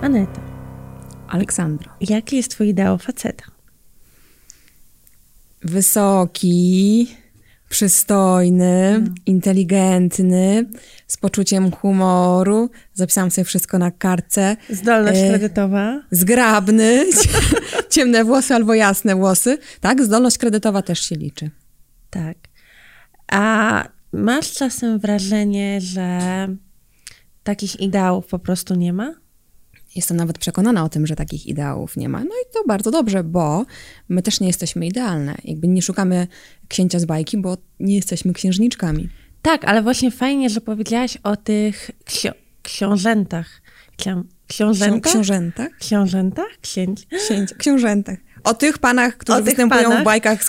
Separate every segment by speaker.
Speaker 1: Aneta,
Speaker 2: Aleksandra.
Speaker 1: jaki jest twój ideał faceta?
Speaker 2: Wysoki, przystojny, inteligentny, z poczuciem humoru. Zapisałam sobie wszystko na kartce.
Speaker 1: Zdolność
Speaker 2: E,
Speaker 1: kredytowa?
Speaker 2: Zgrabny, ciemne włosy albo jasne włosy. Tak, zdolność kredytowa też się liczy.
Speaker 1: Tak. A masz czasem wrażenie, że takich ideałów po prostu nie ma?
Speaker 2: Jestem nawet przekonana o tym, że takich ideałów nie ma. No i to bardzo dobrze, bo my też nie jesteśmy idealne. Jakby nie szukamy księcia z bajki, bo nie jesteśmy księżniczkami.
Speaker 1: Tak, ale właśnie fajnie, że powiedziałaś o tych ksio- książętach. Ksią- książętach?
Speaker 2: Książętach?
Speaker 1: książętach? Księć?
Speaker 2: Księcia, książętach. O tych panach,
Speaker 1: O
Speaker 2: którzy
Speaker 1: tych
Speaker 2: występują
Speaker 1: panach.
Speaker 2: w bajkach z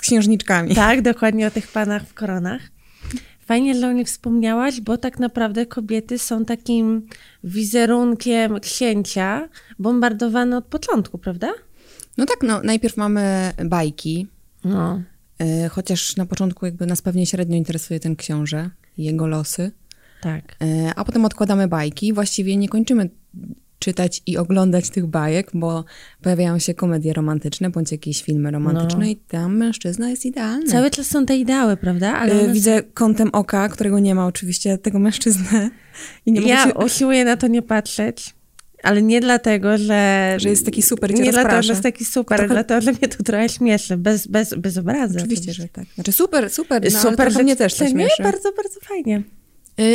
Speaker 2: księżniczkami.
Speaker 1: Tak, dokładnie o tych panach w koronach. Fajnie, że o nich wspomniałaś, bo tak naprawdę kobiety są takim wizerunkiem księcia, bombardowane od początku, prawda?
Speaker 2: No tak, no najpierw mamy bajki,
Speaker 1: No.
Speaker 2: y, chociaż na początku jakby nas pewnie średnio interesuje ten książę i jego losy,
Speaker 1: Tak.
Speaker 2: y, a potem odkładamy bajki. Właściwie nie kończymy czytać i oglądać tych bajek, bo pojawiają się komedie romantyczne bądź jakieś filmy romantyczne
Speaker 1: No.
Speaker 2: i tam mężczyzna jest idealny.
Speaker 1: Cały czas są te ideały, prawda? Ale
Speaker 2: Y,
Speaker 1: one-
Speaker 2: No. Widzę kątem oka, którego nie ma oczywiście, tego mężczyznę. I nie mogę
Speaker 1: ja
Speaker 2: się...
Speaker 1: usiłuję na to nie patrzeć, ale nie dlatego, że...
Speaker 2: Że jest taki super i cię
Speaker 1: Nie dlatego,
Speaker 2: rozprasza.
Speaker 1: że jest taki super, ale dlatego, że mnie to trochę śmieszy, bez, bez, bez obrazy.
Speaker 2: Oczywiście, że tak. Znaczy super, super, no,
Speaker 1: Super,
Speaker 2: super,
Speaker 1: że
Speaker 2: ale mnie też to
Speaker 1: tak,
Speaker 2: śmieszy.
Speaker 1: Nie, bardzo, bardzo fajnie.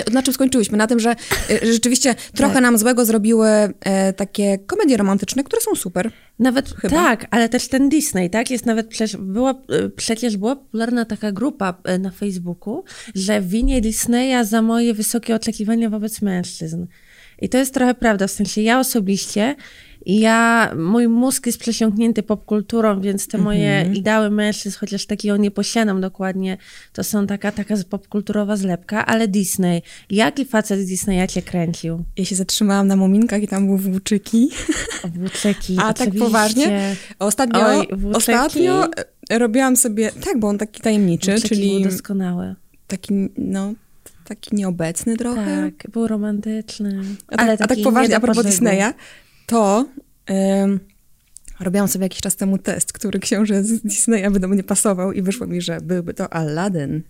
Speaker 2: Y, Na czym skończyłyśmy? Na tym, że y, rzeczywiście trochę nam złego zrobiły e, takie komedie romantyczne, które są super.
Speaker 1: Nawet
Speaker 2: Chyba.
Speaker 1: tak, ale też ten Disney, tak? Jest nawet przecież była, e, przecież była popularna taka grupa e, na Facebooku, że winię Disneya za moje wysokie oczekiwania wobec mężczyzn. I to jest trochę prawda, w sensie ja osobiście, ja, mój mózg jest przesiąknięty popkulturą, więc te
Speaker 2: Mhm.
Speaker 1: moje ideały mężczyzn, chociaż takiego nie posiadam dokładnie, to są taka, taka popkulturowa zlepka, ale Disney, jaki facet z Disneya cię kręcił?
Speaker 2: Ja się zatrzymałam na Muminkach i tam były włóczyki.
Speaker 1: Obłuczeki,
Speaker 2: A tak
Speaker 1: oczywiście.
Speaker 2: poważnie? Ostatnio,
Speaker 1: Oj, włóczyki.
Speaker 2: ostatnio e, robiłam sobie, tak, bo on taki tajemniczy,
Speaker 1: Obłuczeki
Speaker 2: czyli
Speaker 1: był doskonały.
Speaker 2: taki, no, taki nieobecny trochę.
Speaker 1: Tak, był romantyczny.
Speaker 2: A tak, a tak
Speaker 1: taki
Speaker 2: poważnie,
Speaker 1: nie
Speaker 2: a
Speaker 1: do
Speaker 2: propos
Speaker 1: pożygu.
Speaker 2: Disneya, to em, robiłam sobie jakiś czas temu test, który książę z Disneya by do mnie pasował i wyszło mi, że byłby to Aladdin.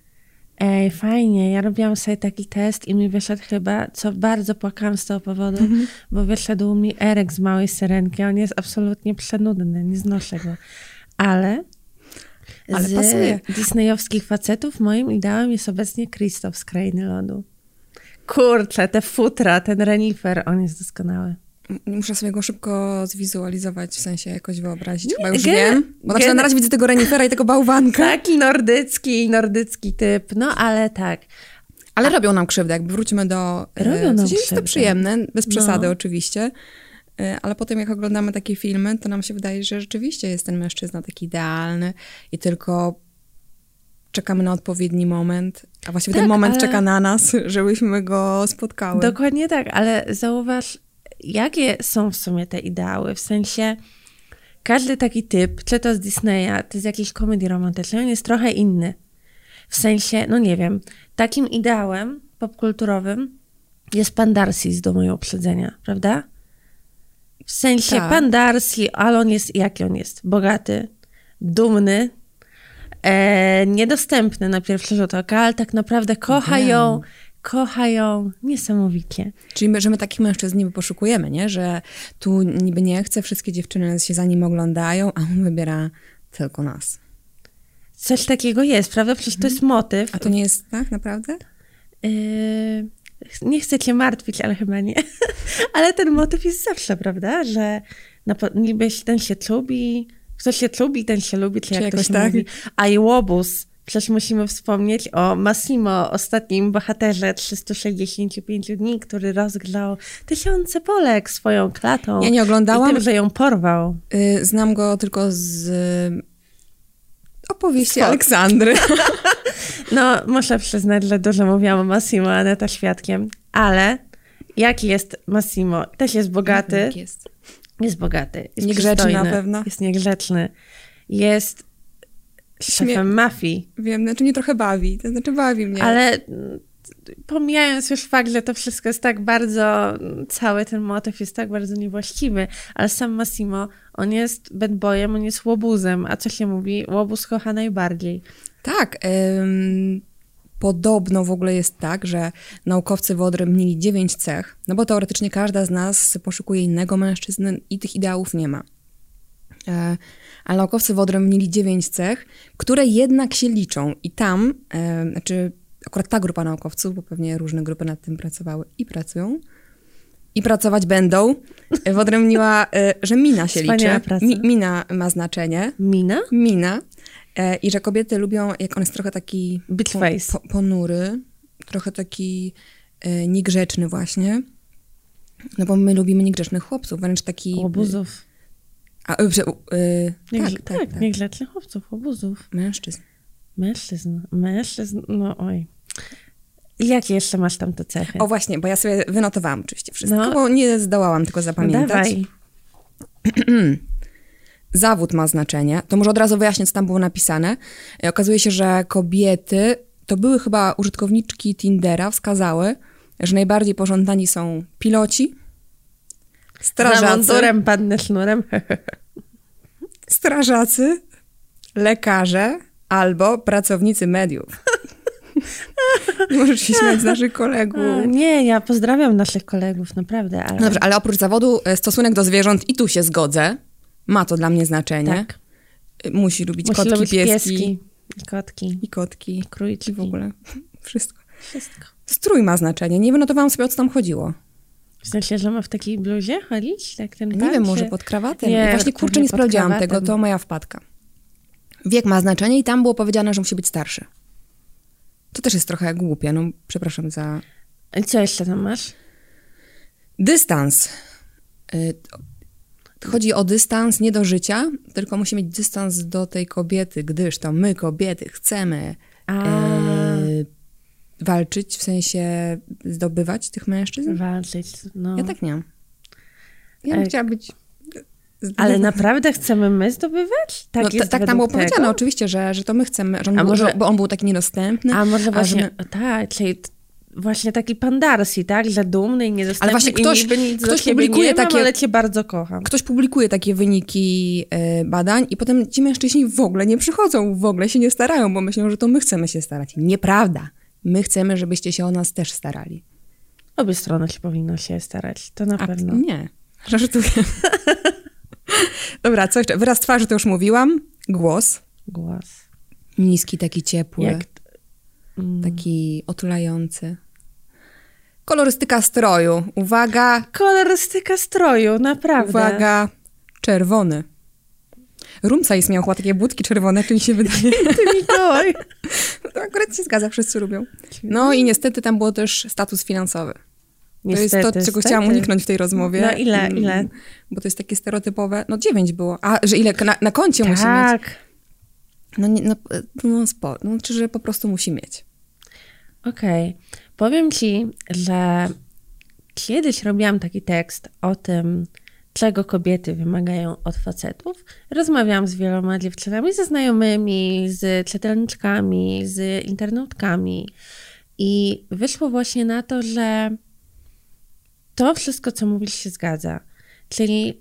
Speaker 1: Ej, fajnie. Ja robiłam sobie taki test i mi wyszedł chyba, co bardzo płakałam z tego powodu,
Speaker 2: Mhm.
Speaker 1: bo wyszedł mi Erek z Małej Syrenki. On jest absolutnie przenudny, nie znoszę go. Ale...
Speaker 2: Ale
Speaker 1: z
Speaker 2: pasuje.
Speaker 1: disneyowskich facetów moim ideałem jest obecnie Kristoff z Krainy Lodu. Kurczę, te futra, ten renifer, on jest doskonały.
Speaker 2: M- Muszę sobie go szybko zwizualizować, w sensie jakoś wyobrazić. Chyba już
Speaker 1: gen-
Speaker 2: wiem. Bo znaczy,
Speaker 1: gen-
Speaker 2: na razie widzę tego renifera i tego bałwanka.
Speaker 1: Taki nordycki, nordycki typ, no ale tak.
Speaker 2: Ale robią nam krzywdę, jakby wróćmy do... e,
Speaker 1: Robią nam
Speaker 2: w sensie jest to
Speaker 1: krzywdę.
Speaker 2: przyjemne, bez przesady
Speaker 1: No.
Speaker 2: oczywiście. E, Ale potem jak oglądamy takie filmy, to nam się wydaje, że rzeczywiście jest ten mężczyzna taki idealny i tylko czekamy na odpowiedni moment. A właściwie
Speaker 1: Tak,
Speaker 2: ten moment
Speaker 1: ale-
Speaker 2: czeka na nas, żebyśmy go spotkały.
Speaker 1: Dokładnie tak, ale zauważ, jakie są w sumie te ideały. W sensie każdy taki typ, czy to z Disneya, czy z jakiejś komedii romantycznej, on jest trochę inny. W sensie, no nie wiem, takim ideałem popkulturowym jest pan Darcy z domu i uprzedzenia, prawda? W sensie
Speaker 2: Tak.
Speaker 1: pan Darcy, ale on jest, jaki on jest? Bogaty, dumny, e, niedostępny na pierwszy rzut oka, ale tak naprawdę kocha ją, kocha ją niesamowicie.
Speaker 2: Czyli my, że my takich mężczyzn niby poszukujemy, nie? Że tu niby nie chce, wszystkie dziewczyny się za nim oglądają, a on wybiera tylko nas.
Speaker 1: Coś takiego jest, prawda? Przecież to jest motyw.
Speaker 2: A to nie jest tak naprawdę?
Speaker 1: E, nie chcę cię martwić, ale chyba nie. ale ten motyw jest zawsze, prawda? Że na, po- niby ten się lubi, kto się lubi, ten się lubi, czy,
Speaker 2: Czy
Speaker 1: jak to
Speaker 2: jakoś
Speaker 1: się
Speaker 2: tak?
Speaker 1: mówi. A i łobuz. Przecież musimy wspomnieć o Massimo, ostatnim bohaterze 365 dni, który rozgrzał tysiące Polek swoją klatą.
Speaker 2: Ja nie oglądałam.
Speaker 1: I tym, że ją porwał.
Speaker 2: Y, Znam go tylko z y, opowieści
Speaker 1: Spot.
Speaker 2: Aleksandry.
Speaker 1: No, muszę przyznać, że dużo mówiłam o Massimo, Aneta świadkiem, ale jaki jest Massimo? Też jest bogaty.
Speaker 2: Tak Jest.
Speaker 1: Jest bogaty. Jest
Speaker 2: Niegrzeczny
Speaker 1: przystojny,
Speaker 2: na pewno.
Speaker 1: Jest niegrzeczny. Jest
Speaker 2: Śmie-
Speaker 1: szefem mafii,
Speaker 2: Wiem, znaczy mnie trochę bawi, to znaczy bawi mnie.
Speaker 1: ale mm, pomijając już fakt, że to wszystko jest tak bardzo, cały ten motyw jest tak bardzo niewłaściwy, ale sam Massimo, on jest bad boyem, on jest łobuzem, a co się mówi? Łobuz kocha najbardziej.
Speaker 2: Tak. Ym, podobno w ogóle jest tak, że naukowcy wyodrębnili dziewięć cech, no bo teoretycznie każda z nas poszukuje innego mężczyzny i tych ideałów nie ma. E, Ale naukowcy wyodrębnili dziewięć cech, które jednak się liczą. I tam, e, znaczy akurat ta grupa naukowców, bo pewnie różne grupy nad tym pracowały i pracują, i pracować będą, e, wyodrębniła, e, że mina się
Speaker 1: Wspaniała
Speaker 2: liczy.
Speaker 1: praca.
Speaker 2: Mi, mina ma znaczenie
Speaker 1: Mina?
Speaker 2: mina e, i że kobiety lubią, jak on jest trochę taki
Speaker 1: Bitface.
Speaker 2: po, ponury, trochę taki e, niegrzeczny właśnie. No bo my lubimy niegrzecznych chłopców, wręcz taki...
Speaker 1: Łobuzów.
Speaker 2: A, e, prze- e,
Speaker 1: Niegrze-
Speaker 2: tak, tak, tak.
Speaker 1: niegrzecznych chłopców, łobuzów.
Speaker 2: Mężczyzn.
Speaker 1: Mężczyzn, mężczyzn, no oj. Jakie jeszcze masz tam te cechy?
Speaker 2: O właśnie, bo ja sobie wynotowałam oczywiście wszystko,
Speaker 1: No.
Speaker 2: bo nie zdołałam tylko zapamiętać.
Speaker 1: Dawaj.
Speaker 2: zawód ma znaczenie, to może od razu wyjaśnię, co tam było napisane. E, Okazuje się, że kobiety, to były chyba użytkowniczki Tindera, wskazały, że najbardziej pożądani są piloci,
Speaker 1: Za
Speaker 2: strażacy,
Speaker 1: mundurem padnę sznurem.
Speaker 2: strażacy lekarze albo pracownicy mediów. Nie możesz się śmiać z naszych kolegów.
Speaker 1: A, nie, ja pozdrawiam naszych kolegów, naprawdę, ale...
Speaker 2: Dobrze, ale oprócz zawodu e, stosunek do zwierząt i tu się zgodzę. Ma to dla mnie znaczenie.
Speaker 1: tak.
Speaker 2: E, Musi lubić
Speaker 1: Musi
Speaker 2: kotki,
Speaker 1: lubić
Speaker 2: pieski,
Speaker 1: pieski. I kotki.
Speaker 2: i kotki,
Speaker 1: Krójczki.
Speaker 2: i w ogóle wszystko.
Speaker 1: Wszystko.
Speaker 2: Strój ma znaczenie. Nie wynotowałam sobie, o co tam chodziło.
Speaker 1: W sensie, że ma w takiej bluzie chodzić? Tak, ten
Speaker 2: Nie
Speaker 1: pan,
Speaker 2: wiem, może
Speaker 1: czy-
Speaker 2: pod krawatem.
Speaker 1: Nie,
Speaker 2: I właśnie, kurczę,
Speaker 1: pewnie
Speaker 2: nie
Speaker 1: pod
Speaker 2: sprawdziłam
Speaker 1: krawatem.
Speaker 2: tego, to moja wpadka. Wiek ma znaczenie i tam było powiedziane, że musi być starszy. To też jest trochę głupie, no przepraszam za...
Speaker 1: I Co jeszcze tam masz?
Speaker 2: Dystans. Y, to- Chodzi o dystans nie do życia, tylko musi mieć dystans do tej kobiety, gdyż to my, kobiety, chcemy
Speaker 1: A,
Speaker 2: y, walczyć, w sensie zdobywać tych mężczyzn.
Speaker 1: walczyć, no.
Speaker 2: Ja tak nie mam. Ja bym
Speaker 1: Ej.
Speaker 2: chciała być.
Speaker 1: Ale naprawdę chcemy my zdobywać? Tak
Speaker 2: no,
Speaker 1: jest
Speaker 2: ta- tak tam było
Speaker 1: według
Speaker 2: powiedziane,
Speaker 1: tego?
Speaker 2: oczywiście, że, że to my chcemy, że on,
Speaker 1: A
Speaker 2: był,
Speaker 1: może-
Speaker 2: że, bo on był taki niedostępny.
Speaker 1: A może właśnie,
Speaker 2: że my-
Speaker 1: tak, czyli t- właśnie taki pan Darcy, tak, że dumny i niedostępny
Speaker 2: Ale właśnie ktoś-
Speaker 1: i niby nic
Speaker 2: ktoś
Speaker 1: do ciebie
Speaker 2: publikuje
Speaker 1: nie mam,
Speaker 2: takie-
Speaker 1: ale cię bardzo kocham.
Speaker 2: Ktoś publikuje takie wyniki e, badań i potem ci mężczyźni w ogóle nie przychodzą, w ogóle się nie starają, bo myślą, że to my chcemy się starać. Nieprawda. My chcemy, żebyście się o nas też starali.
Speaker 1: Obie strony się powinno się starać, to na
Speaker 2: A mm.
Speaker 1: pewno.
Speaker 2: nie. Żartuję. Dobra, co jeszcze? Wyraz twarzy to już mówiłam. Głos.
Speaker 1: Głos.
Speaker 2: Niski, taki ciepły.
Speaker 1: Jak... t- Mm.
Speaker 2: taki otulający. Kolorystyka stroju. Uwaga,
Speaker 1: Kolorystyka stroju, naprawdę.
Speaker 2: uwaga, czerwony. Rumcajs miał chyba takie budki czerwone, czyli się wydaje.
Speaker 1: Ty Mikołaj.
Speaker 2: To akurat się zgadza, wszyscy lubią. No i niestety tam było też status finansowy. to jest to, czego chciałam uniknąć w tej rozmowie.
Speaker 1: No ile,
Speaker 2: Mm,
Speaker 1: ile?
Speaker 2: Bo to jest takie stereotypowe. No dziewięć było. A, że ile na, na koncie musi mieć?
Speaker 1: Tak.
Speaker 2: No, nie, no, e, no sporo. No, czy że po prostu musi mieć.
Speaker 1: Okej. Powiem ci, że kiedyś robiłam taki tekst o tym, czego kobiety wymagają od facetów. Rozmawiałam z wieloma dziewczynami, ze znajomymi, z czytelniczkami, z internautkami. I wyszło właśnie na to, że to wszystko, co mówisz, się zgadza. Czyli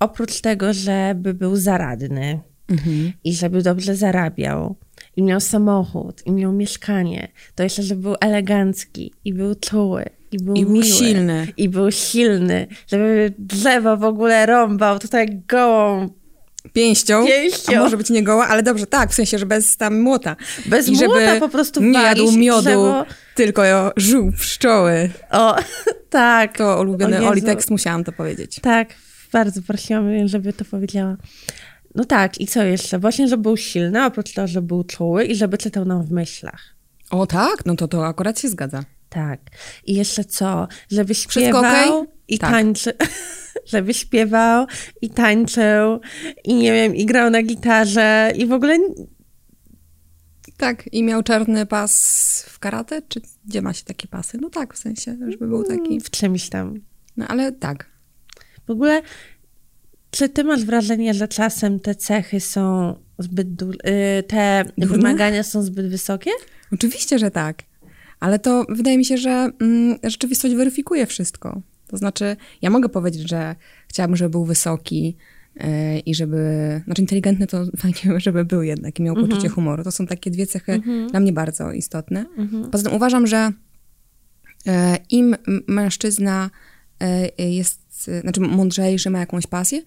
Speaker 1: oprócz tego, żeby był zaradny,
Speaker 2: Mhm.
Speaker 1: i żeby dobrze zarabiał, i miał samochód, i miał mieszkanie, to jeszcze, żeby był elegancki, i był czuły, i był,
Speaker 2: I był
Speaker 1: miły,
Speaker 2: silny.
Speaker 1: I był silny, żeby drzewo w ogóle rąbał tutaj gołą,
Speaker 2: Pięścią.
Speaker 1: Pięścią.
Speaker 2: A może być nie goła, ale dobrze, tak, w sensie, że bez tam młota.
Speaker 1: bez
Speaker 2: I żeby
Speaker 1: młota po prostu
Speaker 2: nie
Speaker 1: walić
Speaker 2: jadł miodu,
Speaker 1: drzewo.
Speaker 2: tylko żół pszczoły.
Speaker 1: O, tak.
Speaker 2: To ulubiony
Speaker 1: O Jezu.
Speaker 2: Oli tekst, musiałam to powiedzieć.
Speaker 1: Tak, bardzo prosiłam, ją, żeby to powiedziała. No tak, i co jeszcze? Właśnie, żeby był silny, oprócz tego, że był czuły i żeby czytał nam w myślach.
Speaker 2: O tak? No to to akurat się zgadza.
Speaker 1: Tak. I jeszcze co? Żeby
Speaker 2: Wszystko
Speaker 1: śpiewał
Speaker 2: okej?
Speaker 1: i
Speaker 2: Tak.
Speaker 1: tańczył. Żeby śpiewał i tańczył i nie wiem, i grał na gitarze i w ogóle
Speaker 2: Tak, i miał czarny pas w karate? Czy gdzie ma się takie pasy? No tak, w sensie, żeby był taki.
Speaker 1: w czymś tam.
Speaker 2: No ale tak.
Speaker 1: W ogóle czy ty masz wrażenie, że czasem te cechy są zbyt du- y, te
Speaker 2: Durne?
Speaker 1: wymagania są zbyt wysokie?
Speaker 2: Oczywiście, że tak. Ale to wydaje mi się, że mm, rzeczywistość weryfikuje wszystko. To znaczy, ja mogę powiedzieć, że chciałabym, żeby był wysoki yy, i żeby, znaczy inteligentny to fajnie, żeby był jednak i miał poczucie humoru. To są takie dwie cechy dla mnie bardzo istotne. Poza tym uważam, że E, im m- mężczyzna e, jest, e, znaczy mądrzejszy, ma jakąś pasję,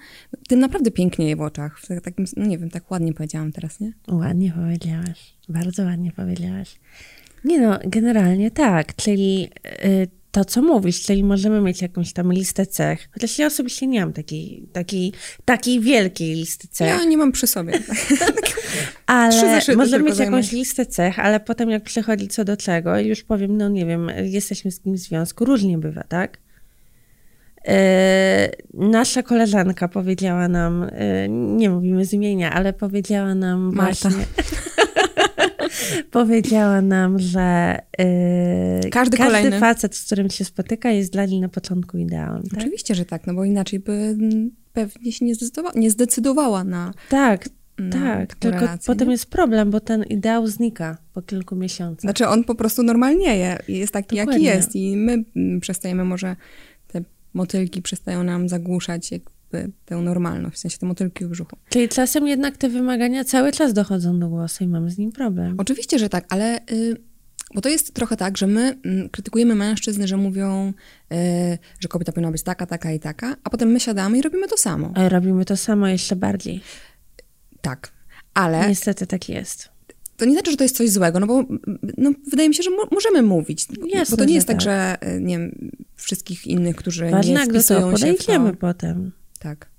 Speaker 2: tym naprawdę pięknieje w oczach. W tak- takim, no nie wiem, tak ładnie powiedziałam teraz, nie?
Speaker 1: Ładnie powiedziałaś, bardzo ładnie powiedziałaś. Nie no, generalnie tak, czyli y, to, co mówisz, czyli możemy mieć jakąś tam listę cech, chociaż ja osobiście nie mam takiej, takiej, takiej wielkiej listy cech,
Speaker 2: Ja nie mam przy sobie. Tak. trzy
Speaker 1: ale
Speaker 2: zeszyty
Speaker 1: możemy
Speaker 2: tylko
Speaker 1: mieć jakąś
Speaker 2: zajmę.
Speaker 1: listę cech, ale potem jak przychodzi co do czego i już powiem, no nie wiem, jesteśmy z kimś w związku, różnie bywa, tak? E, Nasza koleżanka powiedziała nam, e, nie mówimy z imienia, ale powiedziała nam
Speaker 2: Marta.
Speaker 1: właśnie... powiedziała nam, że e,
Speaker 2: Każdy kolejny.
Speaker 1: facet, z którym się spotyka, jest dla niej na początku ideałem. Tak,
Speaker 2: Oczywiście, że tak, no bo inaczej by mm, pewnie się nie, zdecydowa- nie zdecydowała na, mm,
Speaker 1: tak,
Speaker 2: na
Speaker 1: tak
Speaker 2: taką
Speaker 1: tylko
Speaker 2: relację.
Speaker 1: potem
Speaker 2: No, nie?
Speaker 1: jest problem, bo ten ideał znika po kilku miesiącach.
Speaker 2: Znaczy on po prostu normalnieje i jest taki, jaki
Speaker 1: Dokładnie.
Speaker 2: jest i my mm, przestajemy może, te motylki przestają nam zagłuszać jakby tę normalność, w sensie te motylki w brzuchu.
Speaker 1: Czyli czasem jednak te wymagania cały czas dochodzą do głosu i mamy z nim problem.
Speaker 2: Oczywiście, że tak, ale y, bo to jest trochę tak, że my mm, krytykujemy mężczyzn, że mówią, y, że kobieta powinna być taka, taka i taka, a potem my siadamy i robimy to samo.
Speaker 1: Ale robimy to samo jeszcze bardziej.
Speaker 2: Tak. Ale
Speaker 1: Niestety tak jest.
Speaker 2: to nie znaczy, że to jest coś złego, no bo mm, no, wydaje mi się, że mo- możemy mówić. bo-
Speaker 1: Jasne,
Speaker 2: bo to nie
Speaker 1: że
Speaker 2: jest tak,
Speaker 1: tak.
Speaker 2: że y, nie wiem, wszystkich innych, którzy
Speaker 1: Ważne,
Speaker 2: nie
Speaker 1: jak do
Speaker 2: wpisują
Speaker 1: tego
Speaker 2: się w
Speaker 1: podejdziemy
Speaker 2: to.
Speaker 1: potem.
Speaker 2: Tak.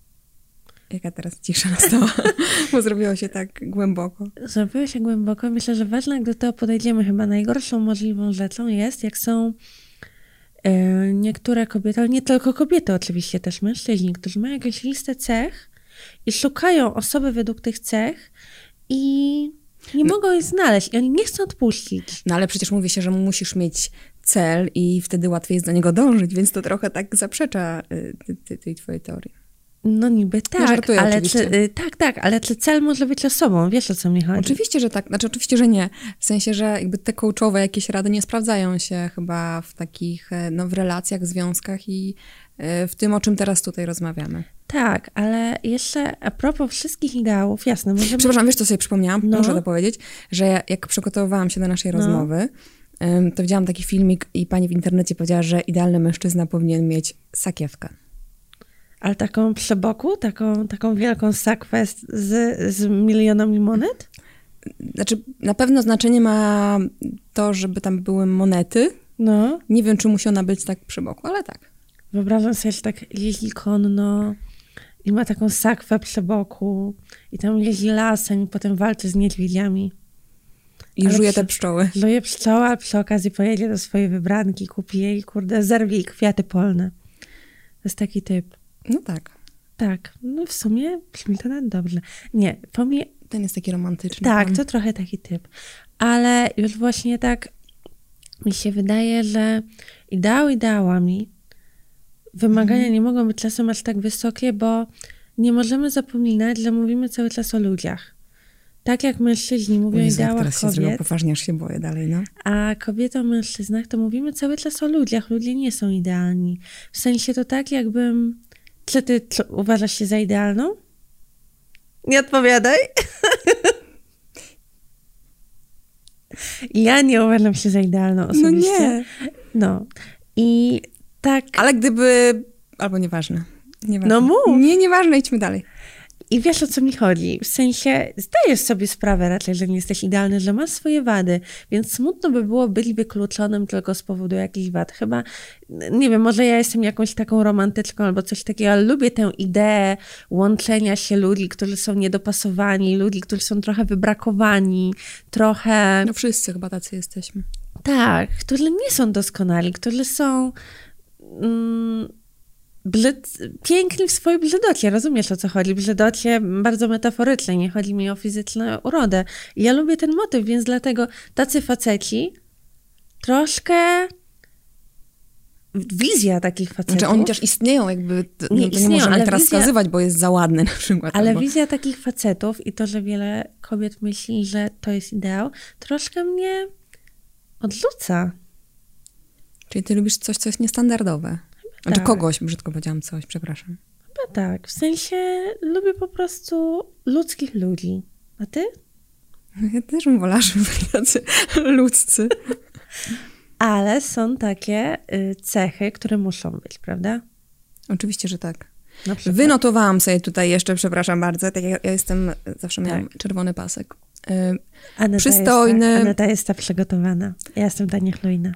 Speaker 2: Jaka teraz cisza nastała, bo zrobiło się tak głęboko.
Speaker 1: Zrobiło się głęboko. Myślę, że ważne, jak do tego podejdziemy, chyba najgorszą możliwą rzeczą jest, jak są e, niektóre kobiety, ale nie tylko kobiety, oczywiście też mężczyźni, którzy mają jakąś listę cech i szukają osoby według tych cech i nie mogą jej znaleźć i oni nie chcą odpuścić.
Speaker 2: No ale przecież mówi się, że musisz mieć cel i wtedy łatwiej jest do niego dążyć, więc to trochę tak zaprzecza y, ty, ty, tej twojej teorii.
Speaker 1: No niby tak,
Speaker 2: żartuję
Speaker 1: ale
Speaker 2: oczywiście.
Speaker 1: czy, y, tak, tak, ale czy cel może być osobą? Wiesz o co mi chodzi?
Speaker 2: Oczywiście, że tak, znaczy oczywiście, że nie. W sensie, że jakby te coachowe jakieś rady nie sprawdzają się chyba w takich, e, no w relacjach, związkach i e, w tym, o czym teraz tutaj rozmawiamy.
Speaker 1: Tak, ale jeszcze a propos wszystkich ideałów, jasne, możemy...
Speaker 2: Przepraszam, wiesz co sobie przypomniałam?
Speaker 1: No.
Speaker 2: Muszę to powiedzieć, że ja, jak przygotowywałam się do naszej rozmowy, em, to widziałam taki filmik i pani w internecie powiedziała, że idealny mężczyzna powinien mieć sakiewkę.
Speaker 1: Ale taką przeboku, taką, taką wielką sakwę z, z- z milionami monet?
Speaker 2: Znaczy, na pewno znaczenie ma to, żeby tam były monety.
Speaker 1: No,
Speaker 2: Nie wiem, czy musi ona być tak przy boku, ale tak.
Speaker 1: wyobrażam sobie, że tak jeździ konno i ma taką sakwę przeboku i tam jeździ lasem i potem walczy z niedźwiedziami.
Speaker 2: I
Speaker 1: Ale
Speaker 2: żuje
Speaker 1: przy-
Speaker 2: te pszczoły.
Speaker 1: Luje pszczoła, a przy okazji pojedzie do swojej wybranki, kupi jej, kurde, zerwie jej kwiaty polne. To jest taki typ.
Speaker 2: No tak.
Speaker 1: Tak, no w sumie brzmi to nawet dobrze. Nie, pomij...
Speaker 2: Ten jest taki romantyczny.
Speaker 1: tak, to trochę taki typ. Ale już właśnie tak mi się wydaje, że ideał ideałami wymagania
Speaker 2: Mhm.
Speaker 1: nie mogą być czasem aż tak wysokie, bo nie możemy zapominać, że mówimy cały czas o ludziach. Tak jak mężczyźni
Speaker 2: O
Speaker 1: mówią o
Speaker 2: Jezu, jak
Speaker 1: ideałach
Speaker 2: teraz się zrobiło
Speaker 1: kobiet,
Speaker 2: poważnie, aż się boję dalej, no.
Speaker 1: a kobiety o mężczyznach, to mówimy cały czas o ludziach. Ludzie nie są idealni. W sensie to tak, jakbym. Czy ty co, uważasz się za idealną? Nie odpowiadaj. ja nie uważam się za idealną
Speaker 2: No
Speaker 1: osobiście.
Speaker 2: nie.
Speaker 1: No. I tak.
Speaker 2: Ale gdyby... Albo nieważne. nieważne.
Speaker 1: No mów.
Speaker 2: Nie, nieważne, idźmy dalej.
Speaker 1: I wiesz o co mi chodzi. W sensie zdajesz sobie sprawę raczej, że nie jesteś idealny, że masz swoje wady, więc smutno by było być wykluczonym tylko z powodu jakichś wad. Chyba, n- nie wiem, może ja jestem jakąś taką romantyczką albo coś takiego, ale lubię tę ideę łączenia się ludzi, którzy są niedopasowani, ludzi, którzy są trochę wybrakowani, trochę.
Speaker 2: No wszyscy chyba tacy jesteśmy.
Speaker 1: Tak, którzy nie są doskonali, którzy są mm, blyd, piękni w swojej brzydocie. Rozumiesz o co chodzi? Brzydocie bardzo metaforycznie, nie chodzi mi o fizyczną urodę. I Ja lubię ten motyw, więc dlatego tacy faceci troszkę. Wizja takich facetów.
Speaker 2: Znaczy oni też istnieją jakby, to,
Speaker 1: Nie,
Speaker 2: no, to
Speaker 1: istnieją,
Speaker 2: nie możemy
Speaker 1: ale
Speaker 2: teraz
Speaker 1: wizja-
Speaker 2: wskazywać, bo jest za ładny na przykład.
Speaker 1: Ale
Speaker 2: albo...
Speaker 1: wizja takich facetów i to, że wiele kobiet myśli, że to jest ideał, troszkę mnie odrzuca.
Speaker 2: Czyli ty lubisz coś, co jest niestandardowe. Znaczy
Speaker 1: tak.
Speaker 2: kogoś, brzydko powiedziałam coś, przepraszam.
Speaker 1: Chyba tak. W sensie lubię po prostu ludzkich ludzi. A ty?
Speaker 2: Ja też bym wolała, żeby byli tacy ludzcy.
Speaker 1: Ale są takie y, cechy, które muszą być, prawda?
Speaker 2: Oczywiście, że tak.
Speaker 1: Na przykład.
Speaker 2: Wynotowałam sobie tutaj jeszcze, przepraszam bardzo, tak jak ja jestem, zawsze miałam
Speaker 1: Tak.
Speaker 2: czerwony pasek. Y,
Speaker 1: Aneta
Speaker 2: przystojny.
Speaker 1: Jest ta, Aneta jest ta przygotowana. Ja jestem ta niechlujna.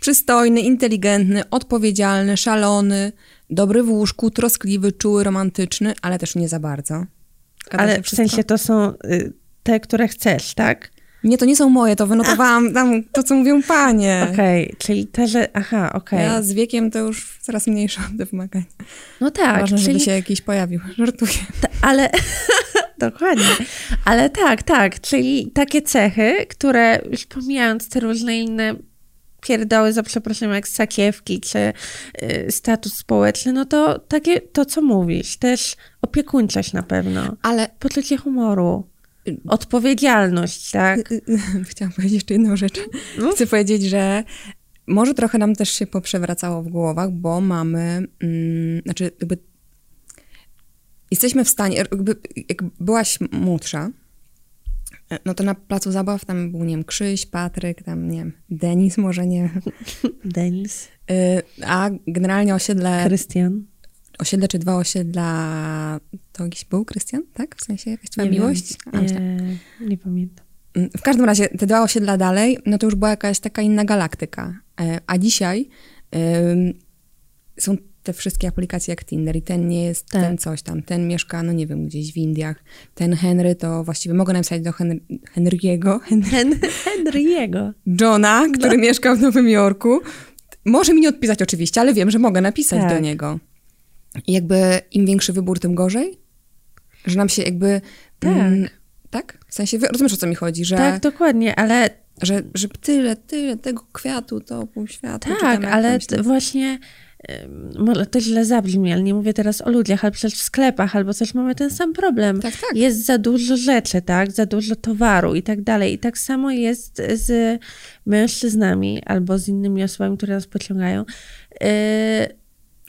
Speaker 2: Przystojny, inteligentny, odpowiedzialny, szalony, dobry w łóżku, troskliwy, czuły, romantyczny, ale też nie za bardzo. Zgadza się
Speaker 1: Ale w
Speaker 2: wszystko?
Speaker 1: sensie to są y, te, które chcesz, tak?
Speaker 2: Nie, to nie są moje, to wynotowałam tam to, co mówią panie.
Speaker 1: Okej, czyli te, że... Aha, okej.
Speaker 2: Ja z wiekiem to już coraz mniejsze mam te wymagania.
Speaker 1: No tak,
Speaker 2: Ważne,
Speaker 1: czyli...
Speaker 2: żeby się jakiś pojawił. Żartuję.
Speaker 1: Ta, ale dokładnie. Ale tak, tak, czyli takie cechy, które już pomijając te różne inne pierdoły za przeproszeniem, jak sakiewki czy y, status społeczny, no to takie to, co mówisz, też opiekuńczość na pewno,
Speaker 2: Ale
Speaker 1: poczucie humoru, odpowiedzialność, tak?
Speaker 2: Chciałam powiedzieć jeszcze jedną rzecz.
Speaker 1: No.
Speaker 2: Chcę powiedzieć, że może trochę nam też się poprzewracało w głowach, bo mamy, mm, znaczy jakby jesteśmy w stanie, jakby, jak byłaś młodsza, no to na placu zabaw tam był, nie wiem, Krzyś, Patryk, tam, nie wiem, Denis może, nie wiem.
Speaker 1: Denis,
Speaker 2: Y, A generalnie
Speaker 1: Tak.
Speaker 2: osiedle,
Speaker 1: Krystian.
Speaker 2: osiedle czy dwa osiedla, to jakiś był Krystian, tak? W sensie jakaś twoja
Speaker 1: Nie wiem.
Speaker 2: miłość?
Speaker 1: E,
Speaker 2: A, myślałam.
Speaker 1: Nie, nie pamiętam.
Speaker 2: Mm, W każdym razie, te dwa osiedla dalej, no to już była jakaś taka inna galaktyka. E, A dzisiaj em, są te wszystkie aplikacje jak Tinder i ten nie jest
Speaker 1: Tak.
Speaker 2: ten coś tam, ten mieszka, no nie wiem, gdzieś w Indiach, ten Henry to właściwie mogę napisać do Henry, Henry'ego, Henry,
Speaker 1: Hen- Henry'ego. No.
Speaker 2: Johna, który mieszka w Nowym Jorku. Może mi nie odpisać oczywiście, ale wiem, że mogę napisać
Speaker 1: Tak.
Speaker 2: do niego. I jakby im większy wybór, tym gorzej? Że nam się jakby... mm, tak? W sensie, wy- rozumiesz o co mi chodzi, że...
Speaker 1: Tak, dokładnie, ale
Speaker 2: Że, że tyle, tyle tego kwiatu, to pół świata. czy tam
Speaker 1: Tak,
Speaker 2: jak
Speaker 1: ale
Speaker 2: tam się-
Speaker 1: t- właśnie ym, może to źle zabrzmi, ale nie mówię teraz o ludziach, ale przecież w sklepach albo coś mamy ten sam problem.
Speaker 2: Tak, tak.
Speaker 1: Jest za dużo rzeczy, tak? Za dużo towaru i tak dalej. I tak samo jest z mężczyznami albo z innymi osobami, które nas pociągają. Yy,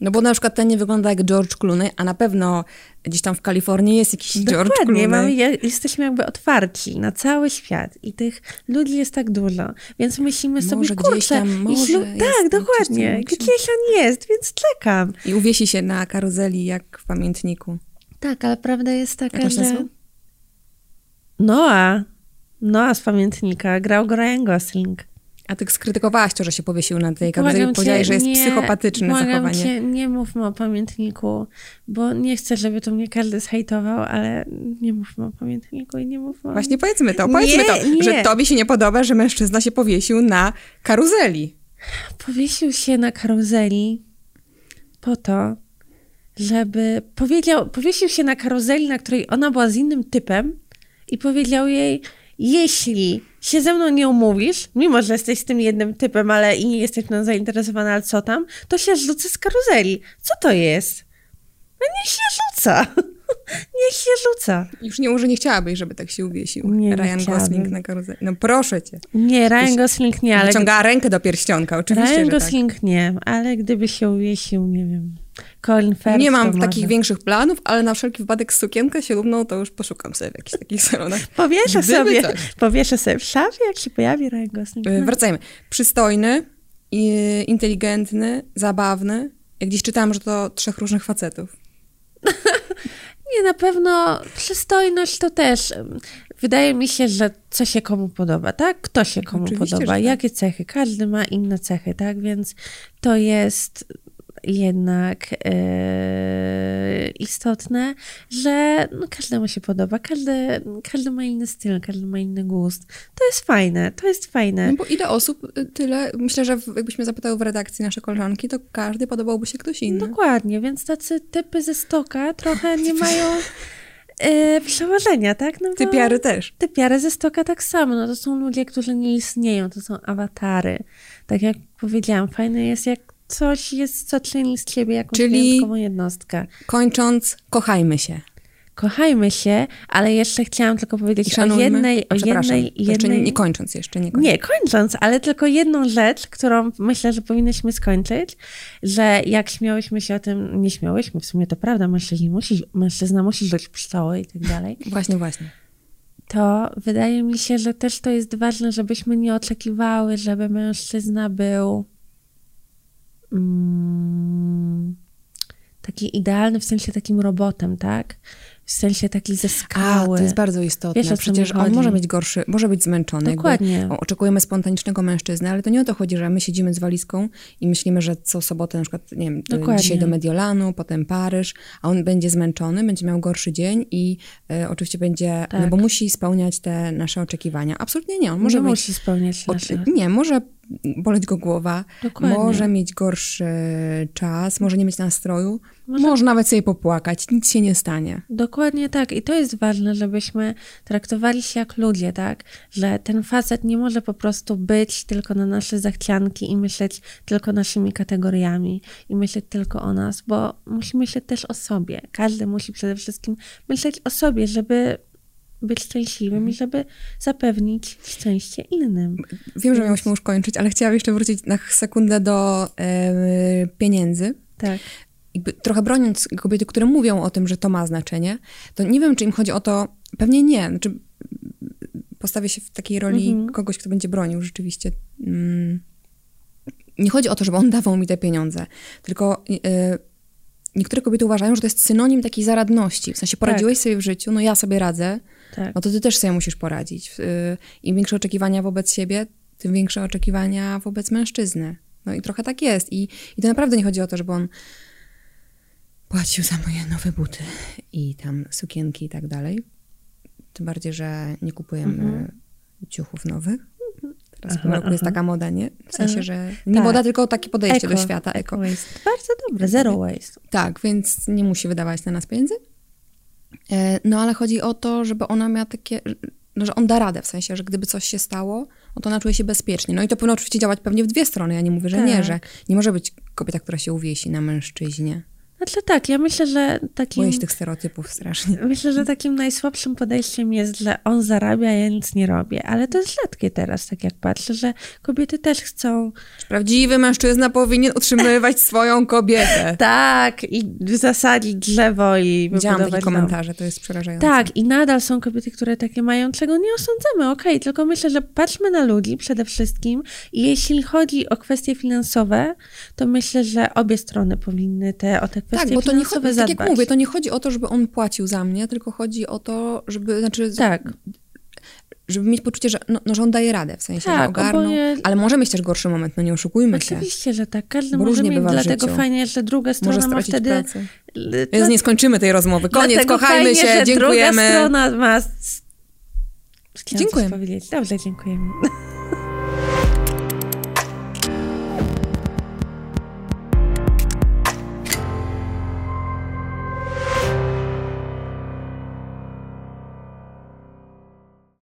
Speaker 2: No bo na przykład ten nie wygląda jak George Clooney, a na pewno gdzieś tam w Kalifornii jest jakiś George Clooney.
Speaker 1: dokładnie, mamy, je- jesteśmy jakby otwarci na cały świat i tych ludzi jest tak dużo, więc myślimy
Speaker 2: Może
Speaker 1: sobie,
Speaker 2: gdzieś
Speaker 1: kurczę,
Speaker 2: tam, może
Speaker 1: jeśli-
Speaker 2: jest
Speaker 1: tak,
Speaker 2: tam coś, co
Speaker 1: dokładnie,
Speaker 2: mógł się-
Speaker 1: gdzieś on jest, więc czekam.
Speaker 2: I uwiesi się na karuzeli jak w pamiętniku.
Speaker 1: Tak, ale prawda jest taka,
Speaker 2: Jak on się
Speaker 1: że...
Speaker 2: nazywał?
Speaker 1: Noa. Noa z pamiętnika. Grał go Ryan Gosling.
Speaker 2: A ty skrytykowałaś to, że się powiesił na tej karuzeli.
Speaker 1: Błagam
Speaker 2: Powiedziałeś,
Speaker 1: cię,
Speaker 2: że jest
Speaker 1: nie-
Speaker 2: psychopatyczne
Speaker 1: błagam
Speaker 2: zachowanie.
Speaker 1: Cię, nie mówmy o pamiętniku, bo nie chcę, żeby to mnie każdy zhejtował, ale nie mówmy o pamiętniku i nie mówmy o...
Speaker 2: Właśnie powiedzmy to, powiedzmy
Speaker 1: Nie,
Speaker 2: to,
Speaker 1: nie.
Speaker 2: że tobie się nie podoba, że mężczyzna się powiesił na karuzeli.
Speaker 1: Powiesił się na karuzeli po to, żeby... Powiedział, powiesił się na karuzeli, na której ona była z innym typem i powiedział jej, jeśli się ze mną nie umówisz, mimo że jesteś z tym jednym typem, ale i nie jesteś mną zainteresowana, ale co tam, to się rzucę z karuzeli. Co to jest? No niech się rzuca. niech się rzuca.
Speaker 2: Już nie, że nie chciałabyś, żeby tak się uwiesił
Speaker 1: Nie, nie
Speaker 2: Ryan Gosling
Speaker 1: chciałabym.
Speaker 2: na karuzeli. No proszę cię.
Speaker 1: Nie, Ryan
Speaker 2: Jakiś-
Speaker 1: Gosling nie, ale...
Speaker 2: Wyciągała rękę do pierścionka, oczywiście,
Speaker 1: Ryan
Speaker 2: że tak.
Speaker 1: Gosling nie, ale gdyby się uwiesił, nie wiem, Colin Firth
Speaker 2: nie mam
Speaker 1: to może.
Speaker 2: takich większych planów, ale na wszelki wypadek sukienkę ślubną to już poszukam sobie w jakichś takich salonach. Y,
Speaker 1: Powieszę
Speaker 2: Gdyby
Speaker 1: sobie,
Speaker 2: coś.
Speaker 1: powieszę sobie w szafie, jak się pojawi Ryan Gosling.
Speaker 2: tak. E,
Speaker 1: No,
Speaker 2: Wracajmy. Przystojny, i- inteligentny, zabawny. Jak gdzieś czytałam, że to trzech różnych facetów.
Speaker 1: Nie, na pewno przystojność to też. em, Wydaje mi się, że co się komu podoba, tak? Kto się komu
Speaker 2: Oczywiście,
Speaker 1: podoba,
Speaker 2: że tak.
Speaker 1: jakie cechy. Każdy ma inne cechy, tak? Więc to jest jednak e, istotne, że no, każdemu się podoba, każdy, każdy ma inny styl, każdy ma inny gust. To jest fajne, to jest fajne.
Speaker 2: No bo ile osób, y, tyle. Myślę, że w- jakbyśmy zapytały w redakcji nasze koleżanki, to każdy podobałby się ktoś
Speaker 1: No
Speaker 2: inny.
Speaker 1: Dokładnie, więc tacy typy ze stoka trochę nie mają e, przełożenia, tak? No bo-
Speaker 2: Typiary też.
Speaker 1: Typiary ze stoka tak samo, no to są ludzie, którzy nie istnieją, to są awatary. Tak jak powiedziałam, fajne jest jak coś jest, co czyni z ciebie jakąś
Speaker 2: Czyli-
Speaker 1: wyjątkową jednostkę.
Speaker 2: Kończąc, kochajmy się.
Speaker 1: kochajmy się, ale jeszcze chciałam tylko
Speaker 2: I
Speaker 1: powiedzieć o
Speaker 2: szanujmy.
Speaker 1: jednej, o
Speaker 2: A, przepraszam,
Speaker 1: jednej,
Speaker 2: Jeszcze
Speaker 1: jednej...
Speaker 2: nie kończąc, jeszcze nie kończąc.
Speaker 1: Nie, kończąc, ale tylko jedną rzecz, którą myślę, że powinnyśmy skończyć, że jak śmiałyśmy się o tym, nie śmiałyśmy, w sumie to prawda, mężczyźni musi, mężczyzna musi żyć pszczoły i tak dalej,
Speaker 2: Właśnie, właśnie.
Speaker 1: to wydaje mi się, że też to jest ważne, żebyśmy nie oczekiwały, żeby mężczyzna był mm, taki idealny, w sensie takim robotem, tak? W sensie taki ze
Speaker 2: A,
Speaker 1: skały.
Speaker 2: to jest bardzo istotne.
Speaker 1: Wiesz, o co mi
Speaker 2: Przecież on
Speaker 1: chodzi.
Speaker 2: może być gorszy, może być zmęczony. jakby
Speaker 1: Dokładnie.
Speaker 2: o- Oczekujemy spontanicznego mężczyzny, ale to nie o to chodzi, że my siedzimy z walizką i myślimy, że co sobotę na przykład, nie wiem, y,
Speaker 1: Dokładnie.
Speaker 2: dzisiaj do Mediolanu, potem Paryż, a on będzie zmęczony, będzie miał gorszy dzień i e, oczywiście będzie,
Speaker 1: Tak.
Speaker 2: no bo musi spełniać te nasze oczekiwania. Absolutnie nie, on może
Speaker 1: nie
Speaker 2: być
Speaker 1: musi spełniać
Speaker 2: Od-
Speaker 1: naszych...
Speaker 2: Nie, może boleć go głowa,
Speaker 1: Dokładnie.
Speaker 2: może mieć gorszy czas, może nie mieć nastroju,
Speaker 1: Może-
Speaker 2: może, nawet sobie popłakać, nic się nie stanie.
Speaker 1: Dokładnie tak. I to jest ważne, żebyśmy traktowali się jak ludzie, tak? Że ten facet nie może po prostu być tylko na nasze zachcianki i myśleć tylko naszymi kategoriami i myśleć tylko o nas, bo musi myśleć też o sobie. Każdy musi przede wszystkim myśleć o sobie, żeby być szczęśliwym i żeby zapewnić szczęście innym.
Speaker 2: Wiem, że miałyśmy już kończyć, ale chciałam jeszcze wrócić na sekundę do e, pieniędzy.
Speaker 1: Tak.
Speaker 2: Jakby trochę broniąc kobiety, które mówią o tym, że to ma znaczenie, to nie wiem, czy im chodzi o to, pewnie nie, znaczy postawię się w takiej roli
Speaker 1: Mhm.
Speaker 2: kogoś, kto będzie bronił rzeczywiście. Mm. Nie chodzi o to, żeby on dawał mi te pieniądze, tylko y, y, niektóre kobiety uważają, że to jest synonim takiej zaradności. W sensie poradziłeś sobie w życiu, no ja sobie radzę,
Speaker 1: Tak.
Speaker 2: no to ty też sobie musisz poradzić. Y, Im większe oczekiwania wobec siebie, tym większe oczekiwania wobec mężczyzny. No i trochę tak jest. I, i to naprawdę nie chodzi o to, żeby on płacił za moje nowe buty i tam sukienki i tak dalej. Tym bardziej, że nie kupujemy ciuchów nowych. Teraz w
Speaker 1: Mhm. Aha,
Speaker 2: tym roku jest
Speaker 1: aha.
Speaker 2: taka moda, nie? W sensie,
Speaker 1: Aha.
Speaker 2: że nie
Speaker 1: Tak.
Speaker 2: moda, tylko takie podejście
Speaker 1: Eko.
Speaker 2: do świata. Eko.
Speaker 1: Waste. Bardzo dobre, zero waste.
Speaker 2: Tak, więc nie musi wydawać na nas pieniędzy. E, No ale chodzi o to, żeby ona miała takie, no, że on da radę, w sensie, że gdyby coś się stało, no to ona czuje się bezpiecznie. No i to powinno oczywiście działać pewnie w dwie strony. Ja nie mówię, że nie,
Speaker 1: Tak.
Speaker 2: że nie może być kobieta, która się uwiesi na mężczyźnie.
Speaker 1: Znaczy tak, ja myślę, że
Speaker 2: Boję
Speaker 1: takim...
Speaker 2: się tych stereotypów strasznie.
Speaker 1: Myślę, że takim najsłabszym podejściem jest, że on zarabia, ja nic nie robię. Ale to jest rzadkie teraz, tak jak patrzę, że kobiety też chcą.
Speaker 2: Prawdziwy mężczyzna powinien utrzymywać swoją kobietę.
Speaker 1: Tak, i zasadzić drzewo i
Speaker 2: Widziałam takie
Speaker 1: Tak, wybudować dom.
Speaker 2: komentarze, to jest przerażające.
Speaker 1: Tak, i nadal są kobiety, które takie mają, czego nie osądzamy, okej, tylko myślę, że patrzmy na ludzi przede wszystkim i jeśli chodzi o kwestie finansowe, to myślę, że obie strony powinny te, o te kwestie
Speaker 2: Tak, bo to nie
Speaker 1: finansowe
Speaker 2: chodzi, tak
Speaker 1: zadbać.
Speaker 2: jak mówię, to nie chodzi o to, żeby on płacił za mnie, tylko chodzi o to, żeby, znaczy,
Speaker 1: Tak,
Speaker 2: żeby mieć poczucie, że, no, no, że on daje radę, w sensie,
Speaker 1: Tak,
Speaker 2: że ogarnął,
Speaker 1: oboje-
Speaker 2: ale może mieć też gorszy moment, no nie oszukujmy się.
Speaker 1: oczywiście, że tak, każdy
Speaker 2: Bo
Speaker 1: może
Speaker 2: różnie
Speaker 1: mieć,
Speaker 2: bywa w
Speaker 1: dlatego
Speaker 2: życiu.
Speaker 1: fajnie, że druga
Speaker 2: Może
Speaker 1: strona ma
Speaker 2: stracić
Speaker 1: wtedy...
Speaker 2: pracę.
Speaker 1: L-
Speaker 2: Więc nie skończymy tej rozmowy. Koniec, kochajmy
Speaker 1: No, fajnie,
Speaker 2: się,
Speaker 1: że Druga
Speaker 2: dziękujemy.
Speaker 1: strona ma... Chciałam
Speaker 2: Dziękuję.
Speaker 1: Coś powiedzieć. Dobrze, dziękujemy.